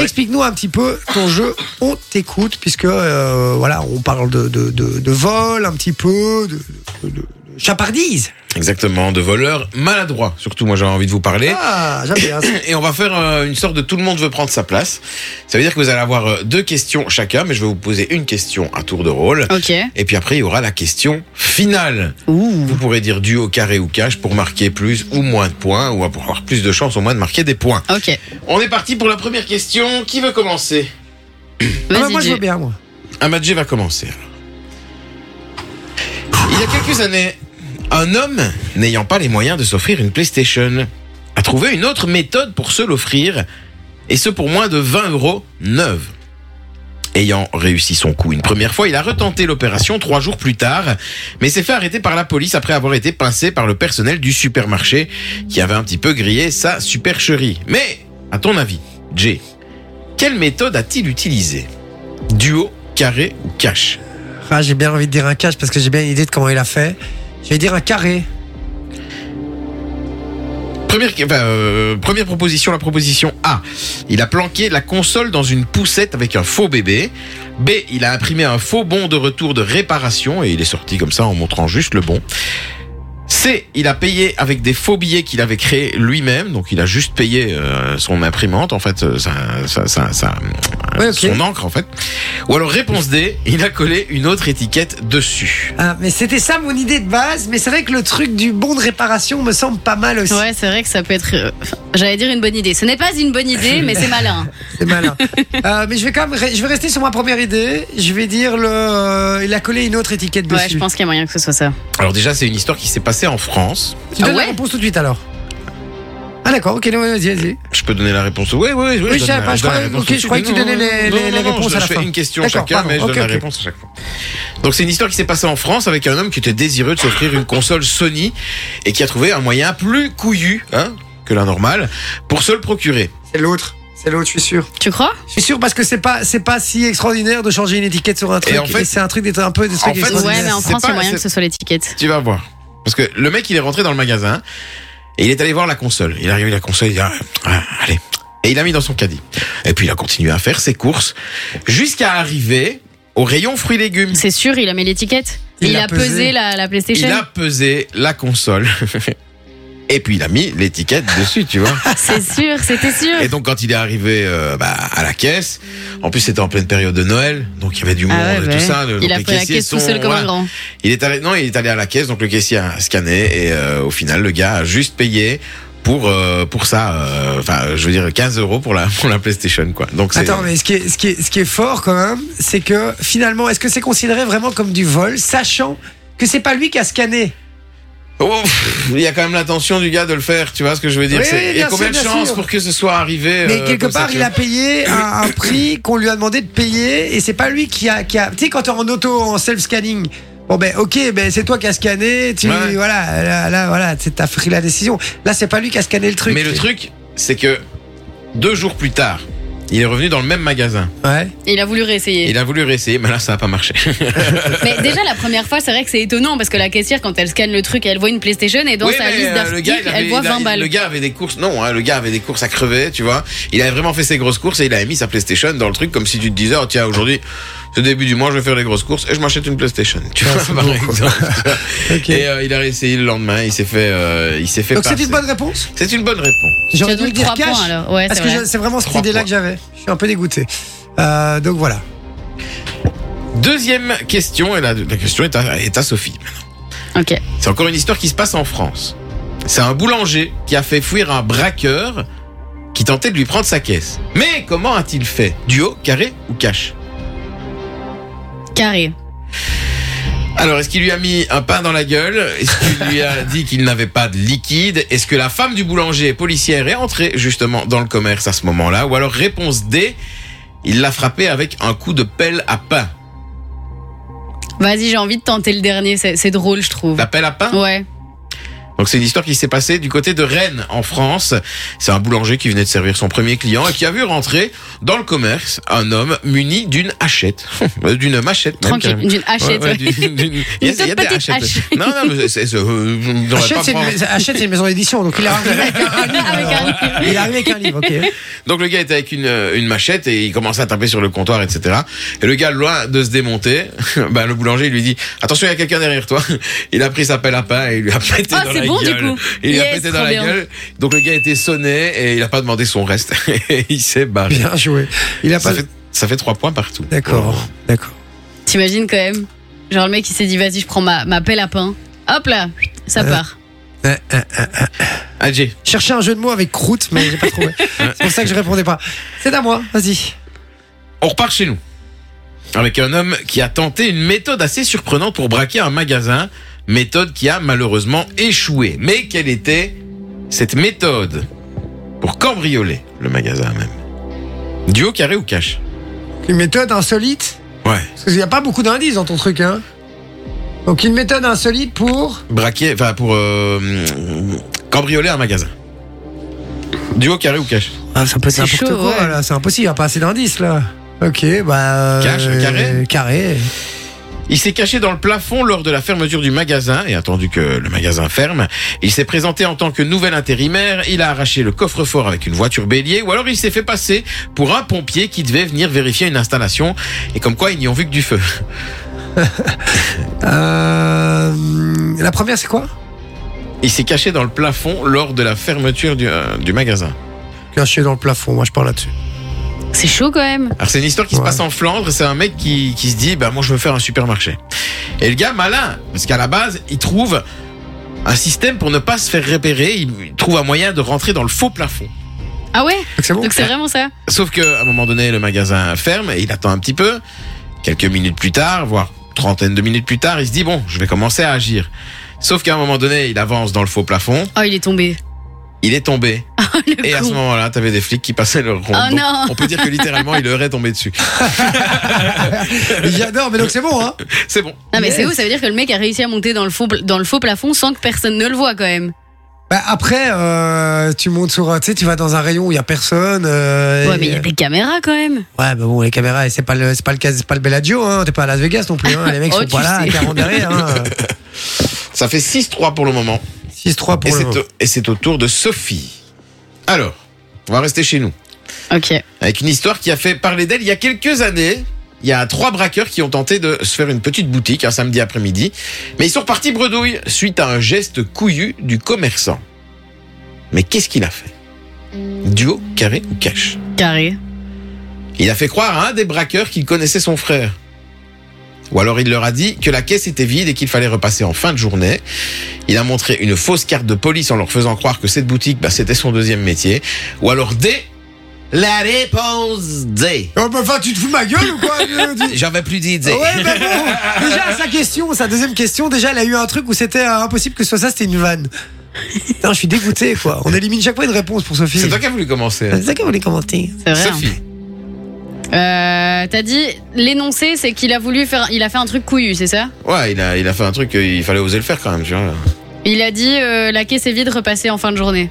Speaker 2: explique-nous un petit peu ton jeu. On t'écoute, puisque euh, voilà, on parle de, de, de- de vol un petit peu, de, de- de- de chapardise.
Speaker 4: Exactement, de voleurs maladroits. Surtout, moi, j'ai envie de vous parler.
Speaker 2: Ah, j'aime
Speaker 3: [coughs]
Speaker 2: bien ça.
Speaker 4: Et on va faire euh, une sorte de tout le monde veut prendre sa place. Ça veut dire que vous allez avoir euh, deux questions chacun, mais je vais vous poser une question à tour de rôle.
Speaker 3: Ok.
Speaker 4: Et puis après, il y aura la question finale.
Speaker 3: Ouh.
Speaker 4: Vous pourrez dire duo, carré ou cash pour marquer plus ou moins de points, ou pour avoir plus de chances au moins de marquer des points.
Speaker 3: Ok.
Speaker 4: On est parti pour la première question. Qui veut commencer
Speaker 2: Ah, ben,
Speaker 3: Vas-y,
Speaker 2: moi, je
Speaker 3: Jay.
Speaker 2: veux bien, moi.
Speaker 4: Amadji va commencer. Il y a quelques années, un homme n'ayant pas les moyens de s'offrir une PlayStation a trouvé une autre méthode pour se l'offrir, et ce pour moins de 20 euros neuve. Ayant réussi son coup une première fois, il a retenté l'opération trois jours plus tard, mais s'est fait arrêter par la police après avoir été pincé par le personnel du supermarché qui avait un petit peu grillé sa supercherie. Mais, à ton avis, Jay, quelle méthode a-t-il utilisée Duo, carré ou cash
Speaker 2: Ah, j'ai bien envie de dire un cash parce que j'ai bien une idée de comment il a fait. Je vais dire un carré.
Speaker 4: Première, enfin, euh, première proposition, la proposition A. Il a planqué la console dans une poussette avec un faux bébé. B. Il a imprimé un faux bon de retour de réparation et il est sorti comme ça en montrant juste le bon. C. Il a payé avec des faux billets qu'il avait créés lui-même. Donc il a juste payé euh, son imprimante, en fait, euh, sa- sa- sa- sa-
Speaker 2: Ouais, ok.
Speaker 4: son encre, en fait. Ou alors réponse D. Il a collé une autre étiquette dessus.
Speaker 2: Ah, mais c'était ça mon idée de base, mais c'est vrai que le truc du bon de réparation me semble pas mal aussi.
Speaker 3: Ouais, c'est vrai que ça peut être. euh, enfin, J'allais dire une bonne idée. Ce n'est pas une bonne
Speaker 2: [laughs]
Speaker 3: idée, mais c'est malin. [laughs]
Speaker 2: C'est malin. Euh, mais je vais quand même, re- je vais rester sur ma première idée. Je vais dire le, euh, il a collé une autre étiquette dessus.
Speaker 3: Ouais, je pense qu'il y a moyen que ce soit ça.
Speaker 4: Alors déjà, c'est une histoire qui s'est passée en France.
Speaker 2: Tu donnes
Speaker 3: Ah ouais
Speaker 2: la réponse tout de suite alors. Ah d'accord, ok, non, vas-y, vas-y.
Speaker 4: Je peux donner la réponse Oui, oui, oui.
Speaker 2: je savais pas, je croyais- ok, je croyais que tu donnais les- les- les réponses
Speaker 4: je,
Speaker 2: à la
Speaker 4: je fais
Speaker 2: fin.
Speaker 4: une question
Speaker 2: D'accord,
Speaker 4: chacun,
Speaker 2: pardon,
Speaker 4: mais je
Speaker 2: ok,
Speaker 4: donne la
Speaker 2: ok.
Speaker 4: réponse à chaque fois. Donc c'est une histoire qui s'est passée en France avec un homme qui était désireux de s'offrir une console Sony et qui a trouvé un moyen plus couillu hein, que la normale pour se le procurer.
Speaker 2: C'est l'autre. C'est l'autre, je suis sûr.
Speaker 3: Tu crois
Speaker 2: Je suis sûr parce que c'est pas, c'est pas si extraordinaire de changer une étiquette sur un truc.
Speaker 4: en fait-
Speaker 2: c'est un truc d'être un peu des trucs
Speaker 4: en fait,
Speaker 2: extraordinaires.
Speaker 3: Ouais, mais en
Speaker 4: c'est
Speaker 3: France, il y
Speaker 4: pas-
Speaker 3: a moyen
Speaker 4: c'est-
Speaker 3: que ce soit l'étiquette.
Speaker 4: Tu vas voir. Parce que le mec, il est rentré dans le magasin et il est allé voir la console. Il est arrivé à la console, il a dit Ah, allez. Et il a mis dans son caddie. Et puis il a continué à faire ses courses jusqu'à arriver au rayon fruits et légumes.
Speaker 3: C'est sûr, il a mis l'étiquette.
Speaker 2: Il
Speaker 3: Il,
Speaker 2: a
Speaker 3: a pesé,
Speaker 2: pesé
Speaker 3: la, la PlayStation.
Speaker 4: Il a pesé la console. [laughs] Et puis il a mis l'étiquette
Speaker 3: [laughs]
Speaker 4: dessus, tu vois.
Speaker 3: C'est sûr, c'était sûr.
Speaker 4: Et donc quand il est arrivé euh, bah, à la caisse, en plus c'était en pleine période de Noël, donc il y avait du monde,
Speaker 3: Ah ouais,
Speaker 4: tout
Speaker 3: ouais.
Speaker 4: ça. le-
Speaker 3: il
Speaker 4: donc
Speaker 3: a
Speaker 4: les
Speaker 3: pris la
Speaker 4: caissiers
Speaker 3: caisse tout
Speaker 4: sont-
Speaker 3: seul comme
Speaker 4: voilà.
Speaker 3: un grand.
Speaker 4: Il est allé, non, il est allé à la caisse, donc le caissier a scanné et euh, au final le gars a juste payé pour euh, pour ça. euh, Enfin, je veux dire 15 euros pour la [laughs] pour la PlayStation, quoi. Donc c'est
Speaker 2: Attends, mais ce qui, est, ce, qui est, ce qui est fort quand même, c'est que finalement, est-ce que c'est considéré vraiment comme du vol, sachant que c'est pas lui qui a scanné
Speaker 4: Oh, pff, il y a quand même l'intention du gars de le faire, tu vois ce que je veux dire
Speaker 2: Oui,
Speaker 4: c'est-
Speaker 2: oui,
Speaker 4: Il y
Speaker 2: bien
Speaker 4: a combien
Speaker 2: sûr,
Speaker 4: de
Speaker 2: bien
Speaker 4: chances
Speaker 2: sûr.
Speaker 4: pour que ce soit arrivé
Speaker 2: Mais
Speaker 4: euh,
Speaker 2: quelque
Speaker 4: comme ça,
Speaker 2: part,
Speaker 4: tu
Speaker 2: il
Speaker 4: vois
Speaker 2: a payé un,
Speaker 4: [coughs]
Speaker 2: un prix qu'on lui a demandé de payer et c'est pas lui qui a. Qui a... Tu sais, quand t'es en auto, en self-scanning, bon ben ok, ben c'est toi qui as scanné, tu,
Speaker 4: Ouais.
Speaker 2: voilà, là, là, voilà, c'est- t'as pris la décision. Là, c'est pas lui qui a scanné le truc.
Speaker 4: Mais le truc, c'est que deux jours plus tard, il est revenu dans le même magasin.
Speaker 2: Ouais.
Speaker 3: Il a voulu réessayer.
Speaker 4: Il a voulu réessayer, mais là, ça n'a pas marché.
Speaker 3: Mais déjà, la première fois, c'est vrai que c'est étonnant parce que la caissière, quand elle scanne le truc, elle voit une PlayStation et dans
Speaker 4: Oui,
Speaker 3: sa
Speaker 4: mais,
Speaker 3: liste
Speaker 4: euh, le
Speaker 3: d'articles,
Speaker 4: gars, il avait-
Speaker 3: elle voit
Speaker 4: il a-
Speaker 3: 20 balles.
Speaker 4: Le gars avait des courses. Non, hein, le gars avait des courses à crever, tu vois. Il avait vraiment fait ses grosses courses et il avait mis sa PlayStation dans le truc comme si tu te disais, oh, tiens, aujourd'hui, ce début du mois, je vais faire les grosses courses et je m'achète une PlayStation. Tu
Speaker 2: Ouais,
Speaker 4: vois,
Speaker 2: c'est
Speaker 4: par
Speaker 2: bon,
Speaker 4: exemple.
Speaker 2: Ok.
Speaker 4: Et euh, il a réessayé le lendemain. Il s'est fait, euh, il s'est fait.
Speaker 2: Donc c'est
Speaker 4: pincer.
Speaker 2: une bonne réponse.
Speaker 4: C'est une bonne réponse.
Speaker 3: Tu as
Speaker 2: J'aurais dû
Speaker 3: donc
Speaker 2: le dire
Speaker 3: 3
Speaker 2: cash.
Speaker 3: points alors. Ouais,
Speaker 2: parce
Speaker 3: c'est
Speaker 2: que
Speaker 3: vrai.
Speaker 2: je- c'est vraiment cette
Speaker 4: Trois
Speaker 2: idée-là
Speaker 4: points.
Speaker 2: que j'avais. Je suis un peu dégoûté. Euh, donc voilà.
Speaker 4: Deuxième question et la, la question est à- est à Sophie.
Speaker 3: Ok.
Speaker 4: C'est encore une histoire qui se passe en France. C'est un boulanger qui a fait fuir un braqueur qui tentait de lui prendre sa caisse. Mais comment a-t-il fait Duo, carré ou cash
Speaker 3: Carré.
Speaker 4: Alors, est-ce qu'il lui a mis un pain dans la gueule Est-ce qu'il lui a dit qu'il n'avait pas de liquide Est-ce que la femme du boulanger policière est entrée justement dans le commerce à ce moment-là Ou alors, réponse D, il l'a frappé avec un coup de pelle à pain. Bah,
Speaker 3: Vas-y, j'ai envie de tenter le dernier. C'est c'est drôle, je trouve.
Speaker 4: La pelle à pain
Speaker 3: Ouais.
Speaker 4: Donc, Donc c'est une histoire qui s'est passée du côté de Rennes en France. C'est un boulanger qui venait de servir son premier client et qui a vu rentrer dans le commerce un homme muni d'une hachette, [laughs] Euh, d'une machette. même,
Speaker 3: Tranquille,
Speaker 4: carrément.
Speaker 3: d'une hachette.
Speaker 4: Ouais, ouais,
Speaker 3: [laughs]
Speaker 4: d'une- d'une- il y a- il y a
Speaker 3: toute
Speaker 4: des
Speaker 3: petite
Speaker 4: hachettes.
Speaker 3: hache.
Speaker 4: Non, non, mais c'est, c'est- euh, on va
Speaker 2: Hachette,
Speaker 4: pas
Speaker 2: c'est une,
Speaker 4: prendre-
Speaker 2: Hachette, c'est une maison d'édition, donc il est arrivé
Speaker 3: [laughs]
Speaker 2: avec un,
Speaker 3: Ah,
Speaker 2: un livre.
Speaker 3: Avec un livre.
Speaker 2: Il est arrivé avec un livre, ok.
Speaker 4: Donc le gars était avec une, euh, une machette et il commençait à taper sur le comptoir, etc. Et le gars, loin de se démonter, [laughs] ben, le boulanger il lui dit attention, il y a quelqu'un derrière toi. Il a pris sa pelle à pain et il lui a [laughs] pété
Speaker 3: Ah,
Speaker 4: dans
Speaker 3: c'est
Speaker 4: la
Speaker 3: bon, du
Speaker 4: gueule.
Speaker 3: coup.
Speaker 4: Il lui a
Speaker 3: Yes,
Speaker 4: pété
Speaker 3: trop
Speaker 4: dans la
Speaker 3: bien.
Speaker 4: gueule. Donc le gars était sonné et il a pas demandé son reste. [laughs] Et il s'est barré.
Speaker 2: Bien joué. Il a
Speaker 4: Ça
Speaker 2: pas.
Speaker 4: fait, ça fait trois points partout.
Speaker 2: D'accord, d'accord.
Speaker 3: T'imagines quand même Genre le mec il s'est dit vas-y je prends ma, ma pelle à pain. Hop là, ça
Speaker 2: Ouais.
Speaker 3: part.
Speaker 2: Euh, euh, euh,
Speaker 4: Oh. Adjé.
Speaker 2: Cherchais un jeu de mots avec croûte, mais j'ai pas trouvé. [laughs] c'est pour ça que je répondais pas. C'est à moi, vas-y.
Speaker 4: On repart chez nous. Avec un homme qui a tenté une méthode assez surprenante pour braquer un magasin. Méthode qui a malheureusement échoué. Mais quelle était cette méthode pour cambrioler le magasin même Duo carré ou cash
Speaker 2: Une méthode insolite
Speaker 4: Ouais.
Speaker 2: Parce qu'il n'y a pas beaucoup d'indices dans ton truc, hein. Donc une méthode insolite pour.
Speaker 4: Braquer, enfin pour euh, mm, cambrioler un magasin. Duo carré ou cash
Speaker 2: Ah, ça peut être
Speaker 3: C'est
Speaker 2: n'importe
Speaker 3: chaud,
Speaker 2: quoi,
Speaker 3: ouais.
Speaker 2: là. C'est impossible, il n'y a pas assez d'indices, là. Ok, bah. euh,
Speaker 4: Cache, carré
Speaker 2: Carré.
Speaker 4: Il s'est caché dans le plafond lors de la fermeture du magasin et attendu que le magasin ferme. Il s'est présenté en tant que nouvel intérimaire. Il a arraché le coffre-fort avec une voiture bélier ou alors il s'est fait passer pour un pompier qui devait venir vérifier une installation et comme quoi ils n'y ont vu que du feu.
Speaker 2: Euh, la première, c'est quoi
Speaker 4: Il s'est caché dans le plafond lors de la fermeture du, euh, du magasin.
Speaker 2: Caché dans le plafond, moi je parle là-dessus.
Speaker 3: C'est chaud quand même.
Speaker 4: Alors c'est une histoire qui se
Speaker 2: Ouais.
Speaker 4: passe en Flandre. C'est un mec qui, qui se dit bah moi je veux faire un supermarché. Et le gars malin parce qu'à la base il trouve un système pour ne pas se faire repérer. Il trouve un moyen de rentrer dans le faux plafond.
Speaker 3: Ah ouais
Speaker 2: Donc c'est bon
Speaker 3: Donc c'est vraiment ça
Speaker 4: Sauf que à un moment donné, le magasin ferme et il attend un petit peu. Quelques minutes plus tard, voire trentaine de minutes plus tard, il se dit bon, je vais commencer à agir. Sauf qu'à un moment donné, il avance dans le faux plafond,
Speaker 3: Oh il est tombé.
Speaker 4: il
Speaker 3: [laughs]
Speaker 4: est tombé.
Speaker 3: Oh le
Speaker 4: Et à
Speaker 3: con.
Speaker 4: ce moment-là, t'avais des flics qui passaient leur rond.
Speaker 3: Oh
Speaker 4: Donc,
Speaker 3: non.
Speaker 4: On peut dire que littéralement, il leur est tombé dessus.
Speaker 2: J'adore, mais donc c'est bon, hein
Speaker 4: C'est bon.
Speaker 3: Non mais
Speaker 2: Yes.
Speaker 3: c'est où ça veut dire que le mec a réussi à monter dans le faux, dans le faux plafond sans que personne ne le voit quand même.
Speaker 2: bah, Après, euh, tu montes sur. un- Tu sais, tu vas dans un rayon où il n'y a personne.
Speaker 4: Eh,
Speaker 2: euh,
Speaker 3: Ouais
Speaker 2: et-
Speaker 3: mais il y a des caméras quand même.
Speaker 2: Ouais, bah bon, les caméras, c'est pas le, c'est pas le, cas- c'est pas le Bellagio, hein. T'es pas à Las Vegas non plus, hein. Les mecs
Speaker 3: [laughs] Oh,
Speaker 2: sont
Speaker 3: tu
Speaker 2: pas là, à
Speaker 3: sais.
Speaker 2: 40 derrière, hein.
Speaker 4: Ça fait 6-3 pour le moment.
Speaker 2: 6-3
Speaker 4: Et
Speaker 2: pour le
Speaker 4: c'est
Speaker 2: moment.
Speaker 4: au- et c'est au tour de Sophie. Alors, on va rester chez nous.
Speaker 3: Ok.
Speaker 4: avec une histoire qui a fait parler d'elle il y a quelques années. Il y a trois braqueurs qui ont tenté de se faire une petite boutique un samedi après-midi, mais ils sont repartis bredouille suite à un geste couillu du commerçant. Mais qu'est-ce qu'il a fait Duo, carré ou cash
Speaker 3: Carré.
Speaker 4: Il a fait croire à un des braqueurs qu'il connaissait son frère. Ou alors il leur a dit que la caisse était vide et qu'il fallait repasser en fin de journée. Il a montré une fausse carte de police en leur faisant croire que cette boutique, bah, c'était son deuxième métier. Ou alors D, la réponse D.
Speaker 2: Oh, bah, enfin, tu te fous de ma gueule ou quoi
Speaker 3: [laughs]
Speaker 2: je dis-
Speaker 4: J'avais plus d'idées.
Speaker 2: Ouais, bah bon. Déjà, sa question, sa deuxième question, déjà, elle a eu un truc où c'était euh, impossible que ce soit ça, c'était une vanne. Non, je suis dégoûté, quoi. On élimine chaque fois une réponse pour Sophie.
Speaker 4: C'est toi qui as voulu commencer. hein.
Speaker 2: C'est ça que vous voulez commenter.
Speaker 3: C'est vrai. hein.
Speaker 4: Sophie,
Speaker 3: Euh, T'as dit l'énoncé c'est qu'il a voulu faire il a fait un truc couillu c'est ça
Speaker 4: ouais, il a, il a fait un truc, euh, il fallait oser le faire quand même, tu vois.
Speaker 3: Il a dit euh, la caisse est vide repasser en fin de journée.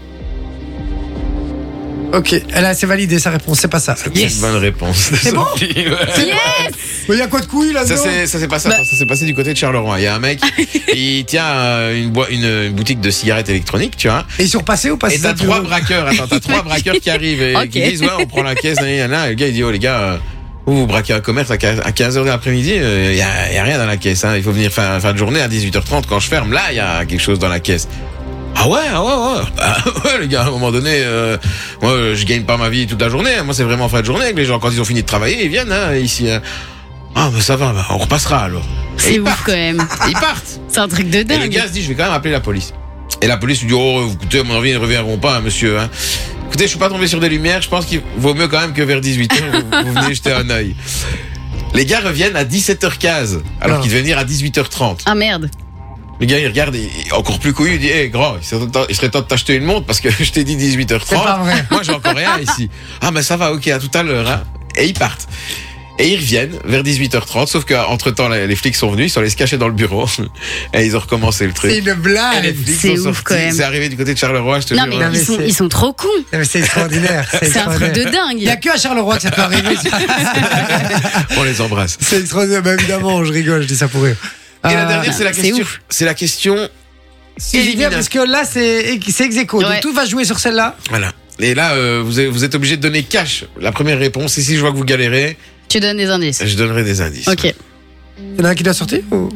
Speaker 2: Ok, elle a, c'est validé sa réponse, c'est pas ça.
Speaker 4: C'est une bonne réponse. de
Speaker 2: C'est bon
Speaker 4: Sophie, ouais.
Speaker 2: Mais il y a quoi de couille
Speaker 4: Ça
Speaker 2: là-dedans
Speaker 4: c'est ça s'est
Speaker 2: Bah.
Speaker 4: passé ça s'est passé du côté de Charleroi. Il y a
Speaker 2: [laughs]
Speaker 4: un mec, il tient euh, une, boi- une, une boutique de cigarettes électroniques, tu vois.
Speaker 2: Et sur passé ou passé
Speaker 4: Et t'as trois braqueurs, attends, t'as trois braqueurs qui arrivent [laughs] et
Speaker 3: Ok.
Speaker 4: qui disent ouais, on prend la caisse, nan, nan, nan. Et le gars il dit oh les gars, euh, vous vous braquez un commerce à 15h de l'après-midi, il y, a y a rien dans la caisse, hein. il faut venir fin, fin de journée à 18h30 quand je ferme, là il y a quelque chose dans la caisse. Ah ouais, ah ouais, ouais. [laughs] Bah, ouais, les gars, à un moment donné, euh, moi, euh, je gagne pas ma vie toute la journée. hein. Moi, c'est vraiment fin de journée que les gens, quand ils ont fini de travailler, ils viennent hein, ici. hein. Ah, bah ça va, bah, on repassera alors. Et
Speaker 3: C'est
Speaker 4: ils
Speaker 3: ouf
Speaker 4: partent.
Speaker 3: quand même.
Speaker 4: Et [laughs] ils partent.
Speaker 3: C'est un truc de
Speaker 4: Eh, Et le
Speaker 3: dingue.
Speaker 4: gars se dit, je vais quand même appeler la police. Et la police lui dit, oh, écoutez, à mon avis, ils ne reviendront pas, hein, monsieur. hein. Écoutez, je suis pas tombé sur des lumières, je pense qu'il vaut mieux quand même que vers 18h, vous, vous venez jeter un œil. Les gars reviennent à 17h15, alors
Speaker 2: Ah.
Speaker 4: qu'ils devaient venir à 18h30.
Speaker 3: Ah merde.
Speaker 4: Le gars, il regarde, il- il- encore plus couillu, il dit, hé, grand, eh, il serait temps- il serait temps de t'acheter une montre parce que [laughs] je t'ai dit 18h30.
Speaker 2: C'est pas vrai.
Speaker 4: Moi, j'ai encore rien ici. Ah, mais ça va, ok, à tout à l'heure. hein. Et ils partent. Et ils reviennent vers 18h30, sauf qu'entre temps, les flics sont venus, ils sont allés se cacher dans le bureau. [laughs] Et ils ont recommencé le
Speaker 2: C'est
Speaker 4: truc.
Speaker 2: une
Speaker 4: Et les
Speaker 2: blague.
Speaker 4: flics
Speaker 3: Ah, C'est
Speaker 4: sont
Speaker 3: ouf,
Speaker 4: sortis.
Speaker 3: quand même.
Speaker 4: C'est arrivé du côté de Charleroi, je te
Speaker 3: Non,
Speaker 4: jure. hein.
Speaker 3: mais
Speaker 2: mais
Speaker 3: ils sont,
Speaker 2: c'est-
Speaker 3: ils sont trop cons.
Speaker 2: Non, mais C'est extraordinaire.
Speaker 4: Eh,
Speaker 3: C'est un truc de
Speaker 2: extraordinaire. Il n'y a
Speaker 3: dingue.
Speaker 2: que à Charleroi que ça peut
Speaker 4: [laughs]
Speaker 2: arriver.
Speaker 4: On les embrasse.
Speaker 2: C'est extraordinaire. Bah, évidemment, je rigole, je dis ça pour rire.
Speaker 4: Et la
Speaker 2: Euh,
Speaker 4: dernière, c'est la
Speaker 3: Ah, c'est
Speaker 4: question.
Speaker 3: ouf.
Speaker 4: C'est la question.
Speaker 2: C'est génial parce que là, c'est c'est ex aequo.
Speaker 3: Ouais.
Speaker 2: Donc tout va jouer sur celle-là.
Speaker 4: Voilà. Et là, euh, vous êtes, vous êtes obligé de donner cash. La première réponse. Et si je vois que vous galérez,
Speaker 3: Tu donnes des indices.
Speaker 4: je donnerai des indices.
Speaker 3: Ok.
Speaker 2: Il y en a un qui doit sortir ou...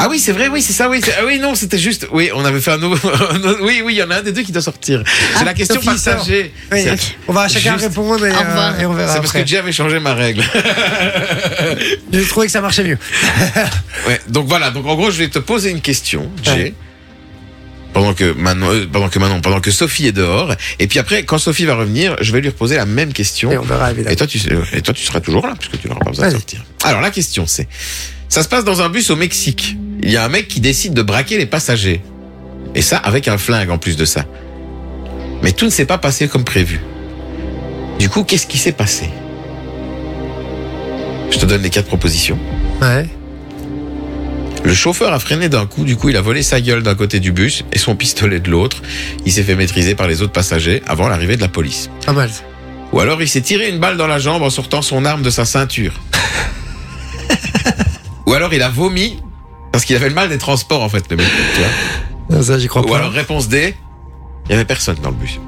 Speaker 4: Ah oui, c'est vrai, oui, c'est ça, oui. c'est- Ah oui, non, c'était juste. Oui, on avait fait un nouveau. [laughs] un autre- oui, oui, il y en a un des deux qui doit sortir.
Speaker 3: Ah,
Speaker 4: C'est la question
Speaker 2: Sophie, sort.
Speaker 4: partagée.
Speaker 2: Oui,
Speaker 4: C'est-
Speaker 2: ok. On va à chacun
Speaker 4: Juste.
Speaker 2: répondre et,
Speaker 3: Au revoir.
Speaker 2: euh, et on verra.
Speaker 4: C'est parce
Speaker 2: après.
Speaker 4: que Jay avait changé ma règle.
Speaker 2: J'ai trouvé que ça marchait mieux.
Speaker 4: Ouais, donc voilà, donc en gros, je vais te poser une question, Jay.
Speaker 2: Ouais.
Speaker 4: Pendant que Manon, euh, pendant que Manon, pendant que Sophie est dehors, et puis après, quand Sophie va revenir, je vais lui reposer la même question.
Speaker 2: Et on verra évidemment.
Speaker 4: Et toi, tu, euh, et toi, tu seras toujours là, puisque tu n'auras pas besoin de
Speaker 2: Vas-y.
Speaker 4: sortir. Alors, la question, c'est, ça se passe dans un bus au Mexique. Il y a un mec qui décide de braquer les passagers. Et ça, avec un flingue en plus de ça. Mais tout ne s'est pas passé comme prévu. Du coup, qu'est-ce qui s'est passé? Je te donne les quatre propositions.
Speaker 2: Ouais.
Speaker 4: Le chauffeur a freiné d'un coup, du coup, il a volé sa gueule d'un côté du bus et son pistolet de l'autre. Il s'est fait maîtriser par les autres passagers avant l'arrivée de la police.
Speaker 2: Pas mal.
Speaker 4: Ou alors il s'est tiré une balle dans la jambe en sortant son arme de sa ceinture. Ou alors il a vomi parce qu'il avait le mal des transports en fait. Le mec, tu vois. Euh,
Speaker 2: Non, ça, j'y crois
Speaker 4: Ou
Speaker 2: pas.
Speaker 4: alors réponse D, il y avait personne dans le bus.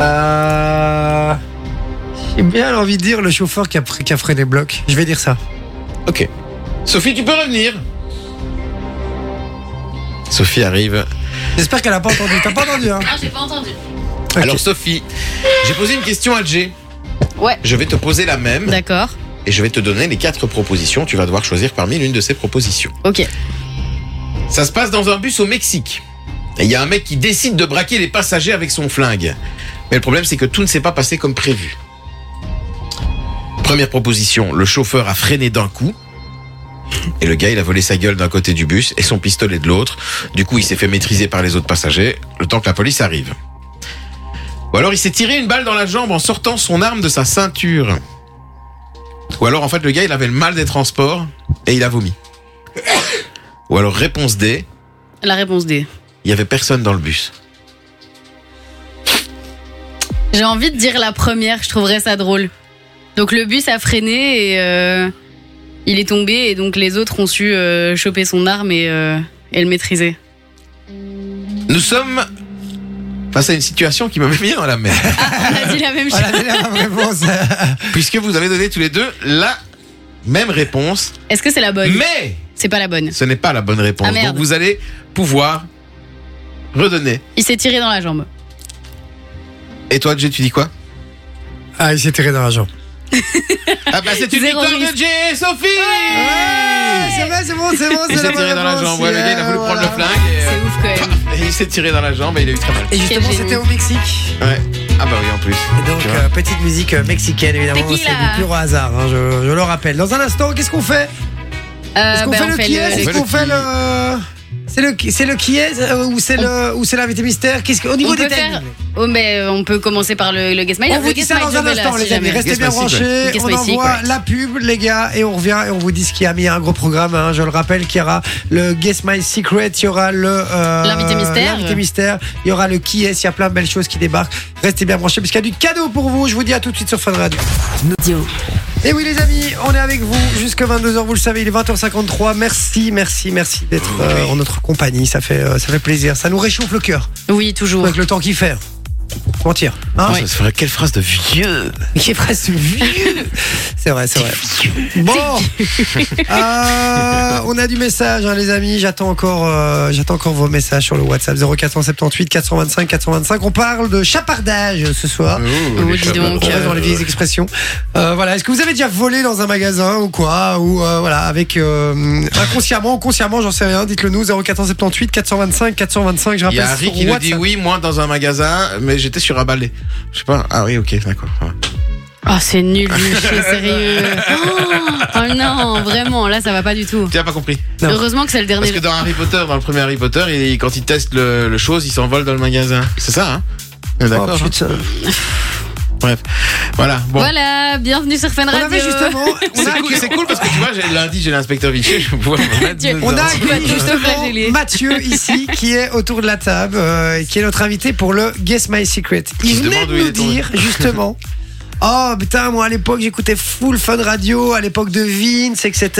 Speaker 2: Euh, J'ai bien envie de dire le chauffeur qui a, pr- qui a freiné bloc. Je vais dire ça.
Speaker 4: Ok. Sophie, tu peux revenir. Sophie arrive.
Speaker 2: J'espère qu'elle a pas entendu. T'as pas entendu, hein
Speaker 3: Non, j'ai pas entendu.
Speaker 2: Ok. [laughs]
Speaker 4: Alors Sophie, j'ai posé une question à Jay.
Speaker 3: Ouais.
Speaker 4: Je vais te poser la même
Speaker 3: D'accord.
Speaker 4: et je vais te donner les quatre propositions. Tu vas devoir choisir parmi l'une de ces propositions.
Speaker 3: Ok.
Speaker 4: Ça se passe dans un bus au Mexique. Et il y a un mec qui décide de braquer les passagers avec son flingue. Mais le problème, c'est que tout ne s'est pas passé comme prévu. Première proposition, le chauffeur a freiné d'un coup. Et le gars, il a volé sa gueule d'un côté du bus et son pistolet de l'autre. Du coup, il s'est fait maîtriser par les autres passagers le temps que la police arrive. Ou alors, il s'est tiré une balle dans la jambe en sortant son arme de sa ceinture. Ou alors, en fait, le gars, il avait le mal des transports et il a vomi. Ou alors, réponse D,
Speaker 3: La réponse D.
Speaker 4: il y avait personne dans le bus.
Speaker 3: J'ai envie de dire la première, je trouverais ça drôle. Donc le bus a freiné et euh, il est tombé et donc les autres ont su euh, choper son arme et, euh, et le
Speaker 2: [laughs]
Speaker 3: maîtriser.
Speaker 4: Nous sommes face à une situation qui m'a mis dans la merde,
Speaker 3: On a dit la même chose.
Speaker 2: Voilà, c'est Ah, la bonne réponse.
Speaker 4: [laughs] puisque vous avez donné tous les deux la même réponse,
Speaker 3: Est-ce que c'est la bonne
Speaker 4: mais
Speaker 3: C'est pas la bonne.
Speaker 4: ce n'est pas la bonne réponse.
Speaker 3: Ah, merde.
Speaker 4: Donc vous allez pouvoir redonner.
Speaker 3: Il s'est tiré dans la jambe.
Speaker 4: Et toi, Jay, tu
Speaker 3: [laughs]
Speaker 4: dis quoi
Speaker 2: Ah, il s'est tiré dans la jambe.
Speaker 4: Ah bah c'est une
Speaker 3: Zéro
Speaker 4: victoire de
Speaker 3: risque.
Speaker 4: Jay et Sophie
Speaker 2: Ouais, c'est vrai, c'est bon, c'est bon,
Speaker 4: Il
Speaker 2: c'est la
Speaker 4: s'est
Speaker 2: bonne
Speaker 4: tiré dans la
Speaker 2: réponse.
Speaker 4: jambe, ouais, le gars il a voulu
Speaker 2: Yeah,
Speaker 4: prendre le
Speaker 2: voilà.
Speaker 4: flingue et,
Speaker 3: Ah, C'est
Speaker 4: euh,
Speaker 3: ouf quand même.
Speaker 4: paf, et il s'est tiré dans la jambe et il a eu très mal.
Speaker 2: Et justement,
Speaker 3: Quel
Speaker 2: c'était
Speaker 3: génie.
Speaker 2: au Mexique.
Speaker 4: Ouais. Ah bah oui, en plus.
Speaker 2: Et donc,
Speaker 4: Tu vois.
Speaker 2: euh, petite musique euh, mexicaine, évidemment. C'est
Speaker 3: Tequila.
Speaker 2: du pur hasard, hein, je, je le rappelle. Dans un instant, qu'est-ce qu'on fait Est-ce
Speaker 3: Euh,
Speaker 2: qu'on
Speaker 3: ben,
Speaker 2: fait le qui est
Speaker 4: On
Speaker 2: Est-ce
Speaker 4: fait
Speaker 2: qu'on
Speaker 4: le
Speaker 2: fait
Speaker 4: qui.
Speaker 2: le. euh, C'est le, qui- c'est le qui est euh, ou c'est le ou c'est l'invité mystère Qu'est-ce que- au niveau
Speaker 3: On
Speaker 2: des
Speaker 3: peut
Speaker 2: timings
Speaker 3: faire- Oh, mais on peut commencer par le, le guest mail.
Speaker 2: On
Speaker 3: Le
Speaker 2: vous dit
Speaker 3: guest
Speaker 2: ça
Speaker 3: mail,
Speaker 2: dans
Speaker 3: je
Speaker 2: un
Speaker 3: vais là,
Speaker 2: instant,
Speaker 3: si
Speaker 2: les amis.
Speaker 3: jamais.
Speaker 2: Restez
Speaker 4: Guess
Speaker 2: bien
Speaker 4: my secret.
Speaker 2: branchés.
Speaker 3: Guess
Speaker 2: On
Speaker 3: my
Speaker 2: envoie
Speaker 3: secret.
Speaker 2: la pub, les gars, et on revient et on vous dit ce qu'il y a mis un gros programme. hein. Je le rappelle qu'il y aura le Guess My Secret, il y aura le euh,
Speaker 3: L'invité mystère.
Speaker 2: l'invité mystère, il y aura le qui est, il y a plein de belles choses qui débarquent. Restez bien branchés parce qu'il y a du cadeau pour vous. Je vous dis à tout de suite sur Fun Radio. Et oui les amis, on est avec vous jusqu'à 22h, vous le savez, il est 20h53. Merci, merci, merci d'être euh, en notre compagnie, ça fait, euh, ça fait plaisir, ça nous réchauffe le cœur
Speaker 3: Oui, toujours.
Speaker 2: avec le temps qu'il fait. Mentir. Hein
Speaker 4: Ah, ça, c'est vrai, quelle phrase de vieux
Speaker 2: J'ai presque vieux. C'est vrai, c'est vrai. Bon, Euh, on a du message, hein, les amis. J'attends encore, euh, j'attends encore vos messages sur le WhatsApp 0478 425 425. On parle de chapardage ce soir.
Speaker 4: Euh,
Speaker 3: Oh, dis donc.
Speaker 2: On reste dans les vieilles expressions. Euh, voilà. Est-ce que vous avez déjà volé dans un magasin ou quoi Ou euh, voilà, avec euh, inconsciemment, consciemment, j'en sais rien. Dites-le nous 0478 425 425. Je
Speaker 4: Il
Speaker 2: rappelle
Speaker 4: y a Harry
Speaker 2: sur
Speaker 4: qui nous dit
Speaker 2: WhatsApp.
Speaker 4: oui, moi dans un magasin, mais j'étais sur un balai. Je sais pas. Ah oui, ok, d'accord. Ouais.
Speaker 3: Ah, c'est nul, lui,
Speaker 2: [laughs]
Speaker 3: c'est sérieux. Oh, oh non, vraiment, là, ça va pas du tout.
Speaker 4: Tu as pas compris.
Speaker 2: Non.
Speaker 3: Heureusement que c'est le
Speaker 4: Parce
Speaker 3: dernier.
Speaker 4: que dans Harry Potter, dans le premier Harry Potter, il- quand il teste le, le chose, il s'envole dans le magasin. C'est ça, hein On est
Speaker 2: Oh
Speaker 4: D'accord. hein
Speaker 2: putain.
Speaker 4: Bref, voilà. Bon.
Speaker 3: Voilà, bienvenue sur Fun
Speaker 2: On
Speaker 3: Radio.
Speaker 2: avait justement. On a
Speaker 4: C'est cool, c'est cool parce que tu vois, j'ai- lundi j'ai l'inspecteur Vichy, je
Speaker 2: [laughs]
Speaker 4: vais pouvoir me remettre
Speaker 3: Tu-
Speaker 4: dedans.
Speaker 2: On
Speaker 4: [laughs]
Speaker 2: a
Speaker 3: Tu vas
Speaker 2: accueilli
Speaker 3: tous te flageller.
Speaker 2: justement Mathieu ici qui est autour de la table, euh, et qui est notre invité pour le Guess My Secret.
Speaker 4: Je
Speaker 2: Il venait
Speaker 4: demande
Speaker 2: de
Speaker 4: où il
Speaker 2: nous
Speaker 4: est tombé.
Speaker 2: dire
Speaker 4: [laughs]
Speaker 2: justement. Oh putain, moi à l'époque j'écoutais full fun radio, à l'époque de Vince, etc.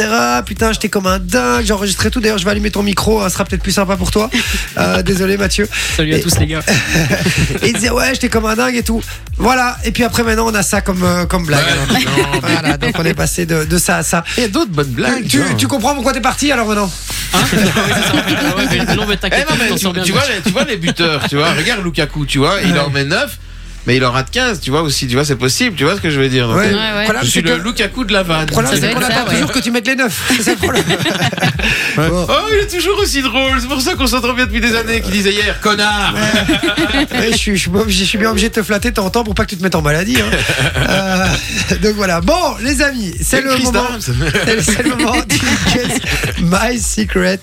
Speaker 2: Putain, j'étais comme un dingue, j'enregistrais tout. D'ailleurs, je vais allumer ton micro, hein, ce sera peut-être plus sympa pour
Speaker 4: [laughs]
Speaker 2: toi. Euh, désolé Mathieu.
Speaker 5: Salut à tous les gars.
Speaker 2: Et il disait, ouais, j'étais comme un dingue et tout. Voilà, et puis après maintenant on a ça comme, euh, comme blague.
Speaker 4: Ouais,
Speaker 2: alors.
Speaker 4: non, mais-
Speaker 2: Voilà, donc on est passé de, de ça à ça.
Speaker 4: Il y a d'autres bonnes blagues.
Speaker 2: tu,
Speaker 4: hein.
Speaker 2: tu comprends pourquoi t'es parti alors maintenant
Speaker 5: Hein Ah ouais, mais non, mais
Speaker 4: Eh
Speaker 5: t'inquiète,
Speaker 4: non, mais
Speaker 5: t'en
Speaker 4: tu,
Speaker 5: sors bien.
Speaker 4: tu vois, les, tu vois les buteurs, tu vois. Regarde Lukaku, tu vois, il en met 9, mais il en rate 15, tu vois aussi, tu vois, c'est possible, tu vois ce que je veux dire. donc.
Speaker 2: Ouais.
Speaker 3: Ouais, ouais.
Speaker 2: Voilà,
Speaker 4: Je suis
Speaker 2: c'est
Speaker 4: le
Speaker 2: que-
Speaker 4: Lukaku de la vanne.
Speaker 2: Le problème,
Speaker 3: Ça
Speaker 2: c'est
Speaker 3: doit
Speaker 2: qu'on
Speaker 3: être
Speaker 2: attend
Speaker 3: ça, ouais.
Speaker 2: toujours que tu mettes les neufs. [laughs] C'est ça le problème. Bon.
Speaker 4: Oh, il est toujours aussi drôle, c'est pour ça qu'on s'entend bien depuis des années, qu'il disait hier, connard
Speaker 2: Ouais, eh, je, suis, je suis pas obligé- je suis bien obligé de te flatter de temps en temps pour pas que tu te mettes en maladie. hein. Euh, donc voilà. Bon, les amis, c'est le
Speaker 4: Chris
Speaker 2: moment.
Speaker 4: Dams.
Speaker 2: C'est le- c'est le moment du Guess My Secret.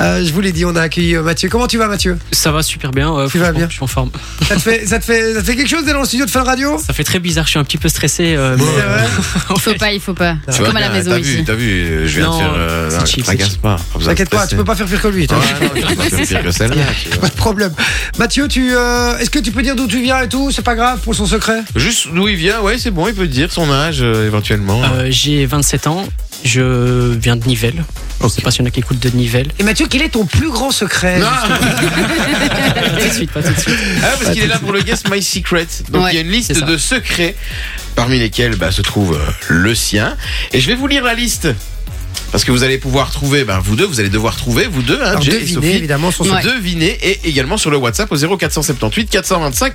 Speaker 2: Euh, je vous l'ai dit, on a accueilli euh, Mathieu. Comment tu vas, Mathieu
Speaker 5: Ça va super bien. euh,
Speaker 2: Tu vas
Speaker 5: franchement,
Speaker 2: bien.
Speaker 5: Je suis en forme.
Speaker 2: ça te, fait, ça, te fait, ça te fait quelque chose d'aller dans le studio de Fun Radio
Speaker 5: Ça fait très bizarre. Je suis un petit peu stressé. euh, mais,
Speaker 2: C'est vrai
Speaker 4: [laughs]
Speaker 5: ouais.
Speaker 3: Faut pas, il faut pas.
Speaker 4: Tu
Speaker 3: C'est
Speaker 4: vois
Speaker 3: comme à la
Speaker 4: bien,
Speaker 3: maison
Speaker 4: t'as
Speaker 3: ici.
Speaker 4: Vu, t'as vu, euh, je viens
Speaker 5: Non,
Speaker 4: de faire. euh,
Speaker 5: c'est
Speaker 4: non,
Speaker 5: chill,
Speaker 4: tracasse
Speaker 5: c'est
Speaker 4: pas. pas besoin de
Speaker 2: T'inquiète pas,
Speaker 4: stresser.
Speaker 2: tu peux pas faire pire que lui.
Speaker 4: Ouais,
Speaker 2: toi.
Speaker 4: non, je peux pas faire pire que celle-là, tu vois.
Speaker 2: [laughs] Pas de problème. Mathieu, tu, euh, est-ce que tu peux dire d'où tu viens et tout C'est pas grave pour son secret
Speaker 4: Juste d'où il vient, ouais, c'est bon, il peut dire son âge euh, éventuellement.
Speaker 5: Euh, J'ai 27 ans. Je viens de Nivelles. Je sais pas s'il y en a qui écoutent de
Speaker 2: [laughs]
Speaker 5: Nivelles.
Speaker 2: Et Mathieu, quel est ton plus grand secret
Speaker 4: Non
Speaker 5: Pas tout de suite, pas tout de suite.
Speaker 4: Ah, parce qu'il est là pour le Guess My Secret. Donc
Speaker 3: Ouais,
Speaker 4: il y a une
Speaker 5: c'est
Speaker 4: liste
Speaker 5: ça.
Speaker 4: de secrets parmi lesquels bah, se trouve euh, le sien. Et je vais vous lire la liste. Parce que vous allez pouvoir trouver, bah, vous deux, vous allez devoir trouver, vous deux, hein,
Speaker 2: Alors,
Speaker 4: Jay et
Speaker 2: devinez
Speaker 4: Sophie.
Speaker 2: évidemment son
Speaker 4: Pour
Speaker 3: Ouais.
Speaker 4: se deviner et également sur le WhatsApp au 0478 425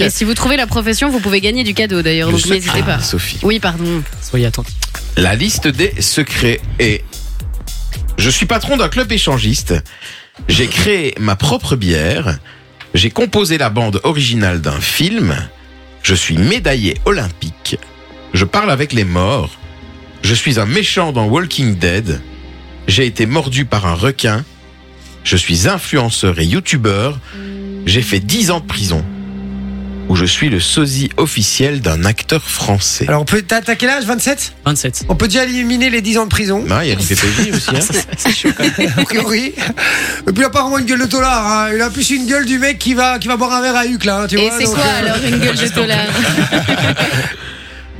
Speaker 3: [laughs] Et si vous trouvez la profession, vous pouvez gagner du cadeau d'ailleurs,
Speaker 4: Le
Speaker 3: donc
Speaker 4: secret-
Speaker 3: n'hésitez
Speaker 4: Ah,
Speaker 3: pas.
Speaker 4: Sophie.
Speaker 3: Oui, pardon.
Speaker 5: Soyez attentifs.
Speaker 4: La liste des secrets est Je suis patron d'un club échangiste. J'ai créé ma propre bière. J'ai composé la bande originale d'un film. Je suis médaillé olympique. Je parle avec les morts. Je suis un méchant dans Walking Dead. J'ai été mordu par un requin. Je suis influenceur et youtubeur. J'ai fait 10 ans de prison. Où je suis le sosie officiel d'un acteur français.
Speaker 2: Alors, on peut. T'as t'as quel âge 27
Speaker 5: 27.
Speaker 2: On peut déjà éliminer les 10 ans de
Speaker 3: [laughs]
Speaker 2: prison,
Speaker 4: Non, il y a une PPJ aussi. hein.
Speaker 2: a [laughs] priori. Et puis, il a pas vraiment une gueule de tolard. hein. Il a plus une gueule du mec qui va, qui va boire un verre à Huc, là. hein, tu
Speaker 3: Et
Speaker 2: vois,
Speaker 3: c'est
Speaker 2: donc,
Speaker 3: quoi
Speaker 2: euh,
Speaker 3: alors une gueule de dollar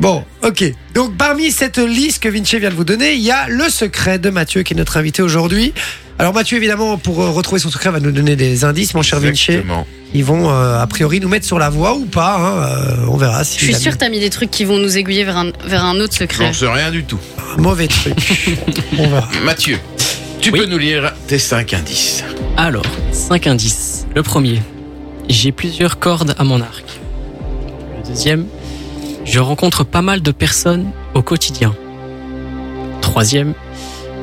Speaker 2: Bon, ok. Donc, parmi cette liste que Vinci vient de vous donner, il y a le secret de Mathieu, qui est notre invité aujourd'hui. Alors, Mathieu, évidemment, pour euh, retrouver son secret, va nous donner des indices, mon cher Vinci.
Speaker 4: Exactement.
Speaker 2: Ils vont, euh, a priori, nous mettre sur la voie ou pas. hein, euh, on verra si.
Speaker 3: Je suis
Speaker 2: il a
Speaker 3: sûre que t'as mis des trucs qui vont nous aiguiller vers un, vers un autre secret.
Speaker 4: J'en sais rien du tout.
Speaker 2: mis un mauvais
Speaker 3: [laughs]
Speaker 2: truc. on verra.
Speaker 4: Mathieu, tu
Speaker 5: Oui.
Speaker 4: peux nous lire tes 5 indices.
Speaker 5: Alors, 5 indices. Le premier, j'ai plusieurs cordes à mon arc. Le deuxième, je rencontre pas mal de personnes au quotidien. Troisième,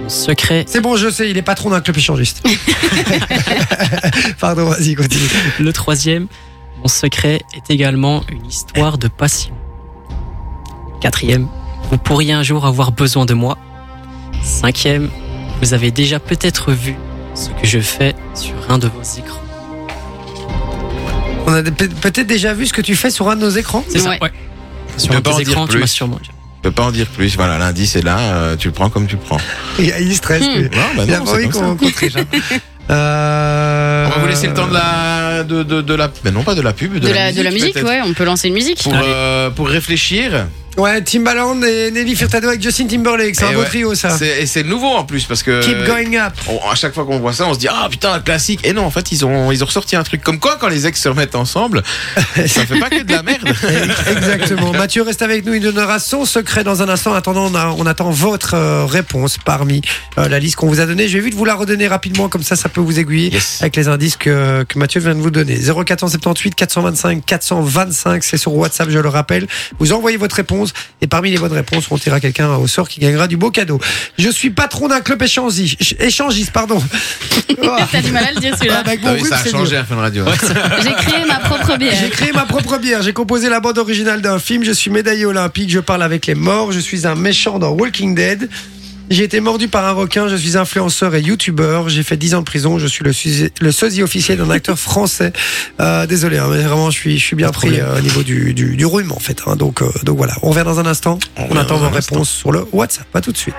Speaker 5: mon secret,
Speaker 2: C'est bon, je sais, il est patron d'un
Speaker 3: [laughs]
Speaker 2: club échangiste. [laughs] Pardon, vas-y, continue.
Speaker 5: le troisième, mon secret est également une histoire de passion. Quatrième, vous pourriez un jour avoir besoin de moi. Cinquième, vous avez déjà peut-être vu ce que je fais sur un de vos écrans.
Speaker 2: On a peut- peut-être déjà vu ce que tu fais sur un de nos écrans.
Speaker 5: C'est
Speaker 3: Ouais.
Speaker 5: ça, ouais. Sur
Speaker 4: peux
Speaker 5: un de
Speaker 4: pas en
Speaker 5: tes
Speaker 4: dire
Speaker 5: écrans, tu m'as
Speaker 4: plus.
Speaker 5: sûrement.
Speaker 4: Je peux pas en dire plus. Voilà, l'indice est là, euh, tu le prends comme tu [laughs] le prends.
Speaker 2: Il, il stresse.
Speaker 3: Hmm.
Speaker 2: lui.
Speaker 4: Non, bah
Speaker 2: Il a
Speaker 4: non,
Speaker 2: pas
Speaker 4: c'est
Speaker 2: envie
Speaker 4: comme ça.
Speaker 2: qu'on qu'on triche. hein.
Speaker 4: [laughs]
Speaker 2: Euh,
Speaker 4: On va vous laisser le temps de la. De, de, de la mais non, pas de la pub, de,
Speaker 3: De la, de la musique,
Speaker 4: peut-être.
Speaker 3: ouais, on peut lancer une musique.
Speaker 4: Pour, euh, pour réfléchir.
Speaker 2: Ouais, Timbaland et Nelly Furtado avec Justin Timberlake. C'est
Speaker 4: Et
Speaker 2: un beau
Speaker 4: Eh ouais.
Speaker 2: trio, ça.
Speaker 4: C'est- euh, Et c'est nouveau en plus parce que.
Speaker 2: Keep going
Speaker 4: [laughs]
Speaker 2: up.
Speaker 4: on- à chaque fois qu'on voit ça, on se dit ah putain un classique. Et non, en fait ils ont ils ont ressorti un truc comme quoi quand les ex se remettent [laughs] ensemble, ça fait pas que de la merde.
Speaker 2: Exactement. Mathieu, reste avec nous. Il donnera son secret dans un instant. En attendant, on, a- on attend votre euh, réponse parmi euh, la liste qu'on vous a donnée. Je vais vite vous la redonner rapidement, comme ça, ça peut vous aiguiller.
Speaker 4: Yes.
Speaker 2: avec les indices que, que Mathieu vient de vous donner. 0478 425 425, c'est sur WhatsApp, je le rappelle. Vous envoyez votre réponse et parmi les bonnes réponses, on tirera quelqu'un au sort qui gagnera du beau cadeau. Je suis patron d'un club échangiste, échangiste
Speaker 4: [laughs]
Speaker 2: pardon. Oh,
Speaker 3: T'as du mal à le dire celui-là.
Speaker 2: avec
Speaker 4: T'as
Speaker 2: mon
Speaker 4: vu,
Speaker 2: groupe,
Speaker 4: Ah ça a
Speaker 2: c'est
Speaker 4: changé
Speaker 2: dur.
Speaker 4: à Fun Radio.
Speaker 3: J'ai créé ma propre
Speaker 2: J'ai
Speaker 3: bière.
Speaker 2: créé ma propre bière, j'ai composé la bande originale d'un film, je suis médaillé olympique, je parle avec les morts, je suis un méchant dans Walking Dead. J'ai été mordu par un requin, je suis influenceur et youtubeur. J'ai fait 10 ans de prison, je suis le, susi- le sosie officiel d'un acteur français. Euh, désolé, hein, mais vraiment, je suis, je suis bien
Speaker 5: Pas de
Speaker 2: pris
Speaker 5: problème.
Speaker 2: euh, au niveau du, du, du rhume, en fait. hein. donc, euh, donc voilà, on revient dans un instant.
Speaker 4: On
Speaker 2: On
Speaker 4: revient
Speaker 2: attend
Speaker 4: dans
Speaker 2: vos
Speaker 4: un instant.
Speaker 2: réponses sur le WhatsApp. Pas tout de suite.